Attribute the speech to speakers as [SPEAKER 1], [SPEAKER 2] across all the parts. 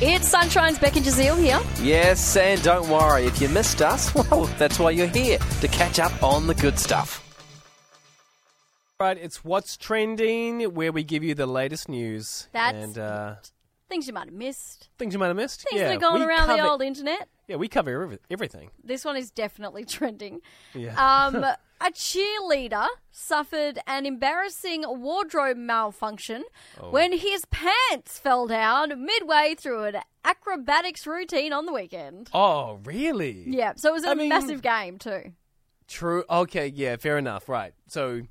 [SPEAKER 1] It's Sunshine's Becky Jazeel here.
[SPEAKER 2] Yes, and don't worry, if you missed us, well, that's why you're here, to catch up on the good stuff.
[SPEAKER 3] Right, it's what's trending, where we give you the latest news
[SPEAKER 1] That's
[SPEAKER 3] and uh,
[SPEAKER 1] Things you might have missed.
[SPEAKER 3] things you might have missed.
[SPEAKER 1] Things
[SPEAKER 3] yeah,
[SPEAKER 1] that are going
[SPEAKER 3] we
[SPEAKER 1] around the
[SPEAKER 3] cover-
[SPEAKER 1] old internet.
[SPEAKER 3] Yeah, we cover every- everything.
[SPEAKER 1] This one is definitely trending.
[SPEAKER 3] Yeah,
[SPEAKER 1] Um, a cheerleader suffered an embarrassing wardrobe malfunction
[SPEAKER 3] Oh.
[SPEAKER 1] when his pants fell down midway through an acrobatics routine on the weekend.
[SPEAKER 3] oh, really?
[SPEAKER 1] Yeah, so it was a
[SPEAKER 3] I mean-
[SPEAKER 1] massive game too.
[SPEAKER 3] True. Okay. Yeah. Fair enough. Right. So,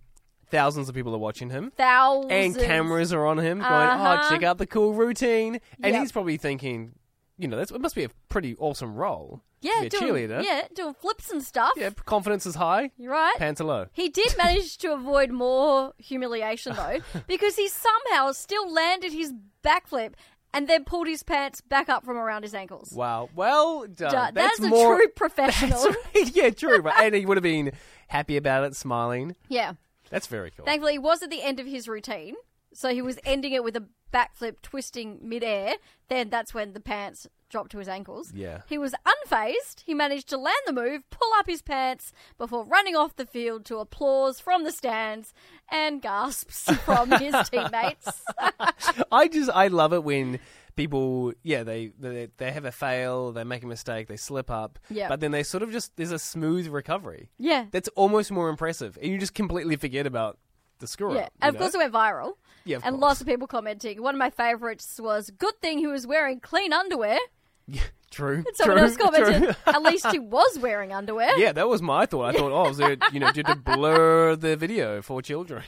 [SPEAKER 3] thousands of people are watching him,
[SPEAKER 1] Thousands
[SPEAKER 3] and cameras are on him, going,
[SPEAKER 1] Uh-huh.
[SPEAKER 3] "Oh, check out the cool routine." And
[SPEAKER 1] Yep.
[SPEAKER 3] he's probably thinking, you know, that's it must be a pretty awesome role. to
[SPEAKER 1] Yeah,
[SPEAKER 3] be a
[SPEAKER 1] doing,
[SPEAKER 3] cheerleader.
[SPEAKER 1] Yeah, doing flips and stuff.
[SPEAKER 3] Yeah, confidence is high,
[SPEAKER 1] You're right.
[SPEAKER 3] pants are low.
[SPEAKER 1] He did manage to avoid more humiliation though, because he somehow still landed his backflip and then pulled his pants back up from around his ankles.
[SPEAKER 3] Wow. Well done.
[SPEAKER 1] Da-
[SPEAKER 3] that's
[SPEAKER 1] that is
[SPEAKER 3] more-
[SPEAKER 1] a true professional.
[SPEAKER 3] That's- yeah, true. But and he would have been happy about it, smiling.
[SPEAKER 1] Yeah.
[SPEAKER 3] That's very cool.
[SPEAKER 1] Thankfully, he was at the end of his routine, so he was ending it with a backflip, twisting midair. Then that's when the pants dropped to his ankles.
[SPEAKER 3] Yeah.
[SPEAKER 1] He was unfazed. He managed to land the move, pull up his pants before running off the field to applause from the stands and gasps from his teammates.
[SPEAKER 3] I just I love it when people yeah they they, they have a fail, they make a mistake, they slip up,
[SPEAKER 1] Yeah.
[SPEAKER 3] but then they sort of just there's a smooth recovery.
[SPEAKER 1] yeah.
[SPEAKER 3] That's almost more impressive, and you just completely forget about the score.
[SPEAKER 1] Yeah, and of course it went viral.
[SPEAKER 3] Yeah, of
[SPEAKER 1] and
[SPEAKER 3] course.
[SPEAKER 1] lots of people commenting. One of my favourites was, "Good thing he was wearing clean underwear."
[SPEAKER 3] true.
[SPEAKER 1] Someone
[SPEAKER 3] true,
[SPEAKER 1] else commented,
[SPEAKER 3] true.
[SPEAKER 1] "At least he was wearing underwear."
[SPEAKER 3] yeah, that was my thought. I thought, oh, was it you know did to blur the video for children?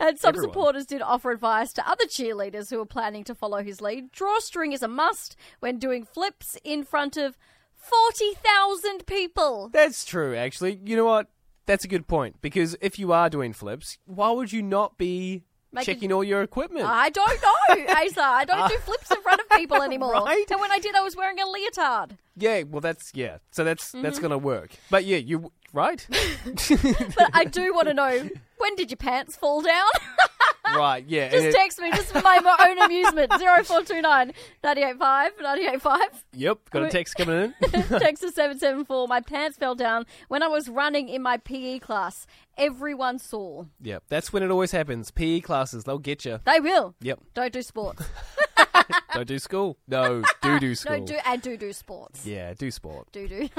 [SPEAKER 1] And some
[SPEAKER 3] Everyone.
[SPEAKER 1] supporters did offer advice to other cheerleaders who were planning to follow his lead. Drawstring is a must when doing flips in front of 40,000 people.
[SPEAKER 3] That's true, actually. You know what? That's a good point because if you are doing flips, why would you not be
[SPEAKER 1] Make
[SPEAKER 3] checking all your equipment?
[SPEAKER 1] I don't know, Asa. I don't do flips in front of people anymore.
[SPEAKER 3] Right?
[SPEAKER 1] And when I did, I was wearing a leotard.
[SPEAKER 3] yeah, well, that's yeah. So that's
[SPEAKER 1] Mm-hmm.
[SPEAKER 3] that's gonna work. But yeah, you right,
[SPEAKER 1] But I do want to know when did your pants fall down?
[SPEAKER 3] right, yeah. and
[SPEAKER 1] just
[SPEAKER 3] it-
[SPEAKER 1] text me just for my my own amusement. 0429 985 985.
[SPEAKER 3] Yep, got a
[SPEAKER 1] Wait.
[SPEAKER 3] text coming in.
[SPEAKER 1] Text to 774. My pants fell down when I was running in my PE class. Everyone saw.
[SPEAKER 3] yep, that's when it always happens. PE classes, they'll get you.
[SPEAKER 1] They will.
[SPEAKER 3] Yep,
[SPEAKER 1] Don't do sports.
[SPEAKER 3] don't do school. No, do do school.
[SPEAKER 1] No, do and do do sports.
[SPEAKER 3] yeah, do sport.
[SPEAKER 1] Do do.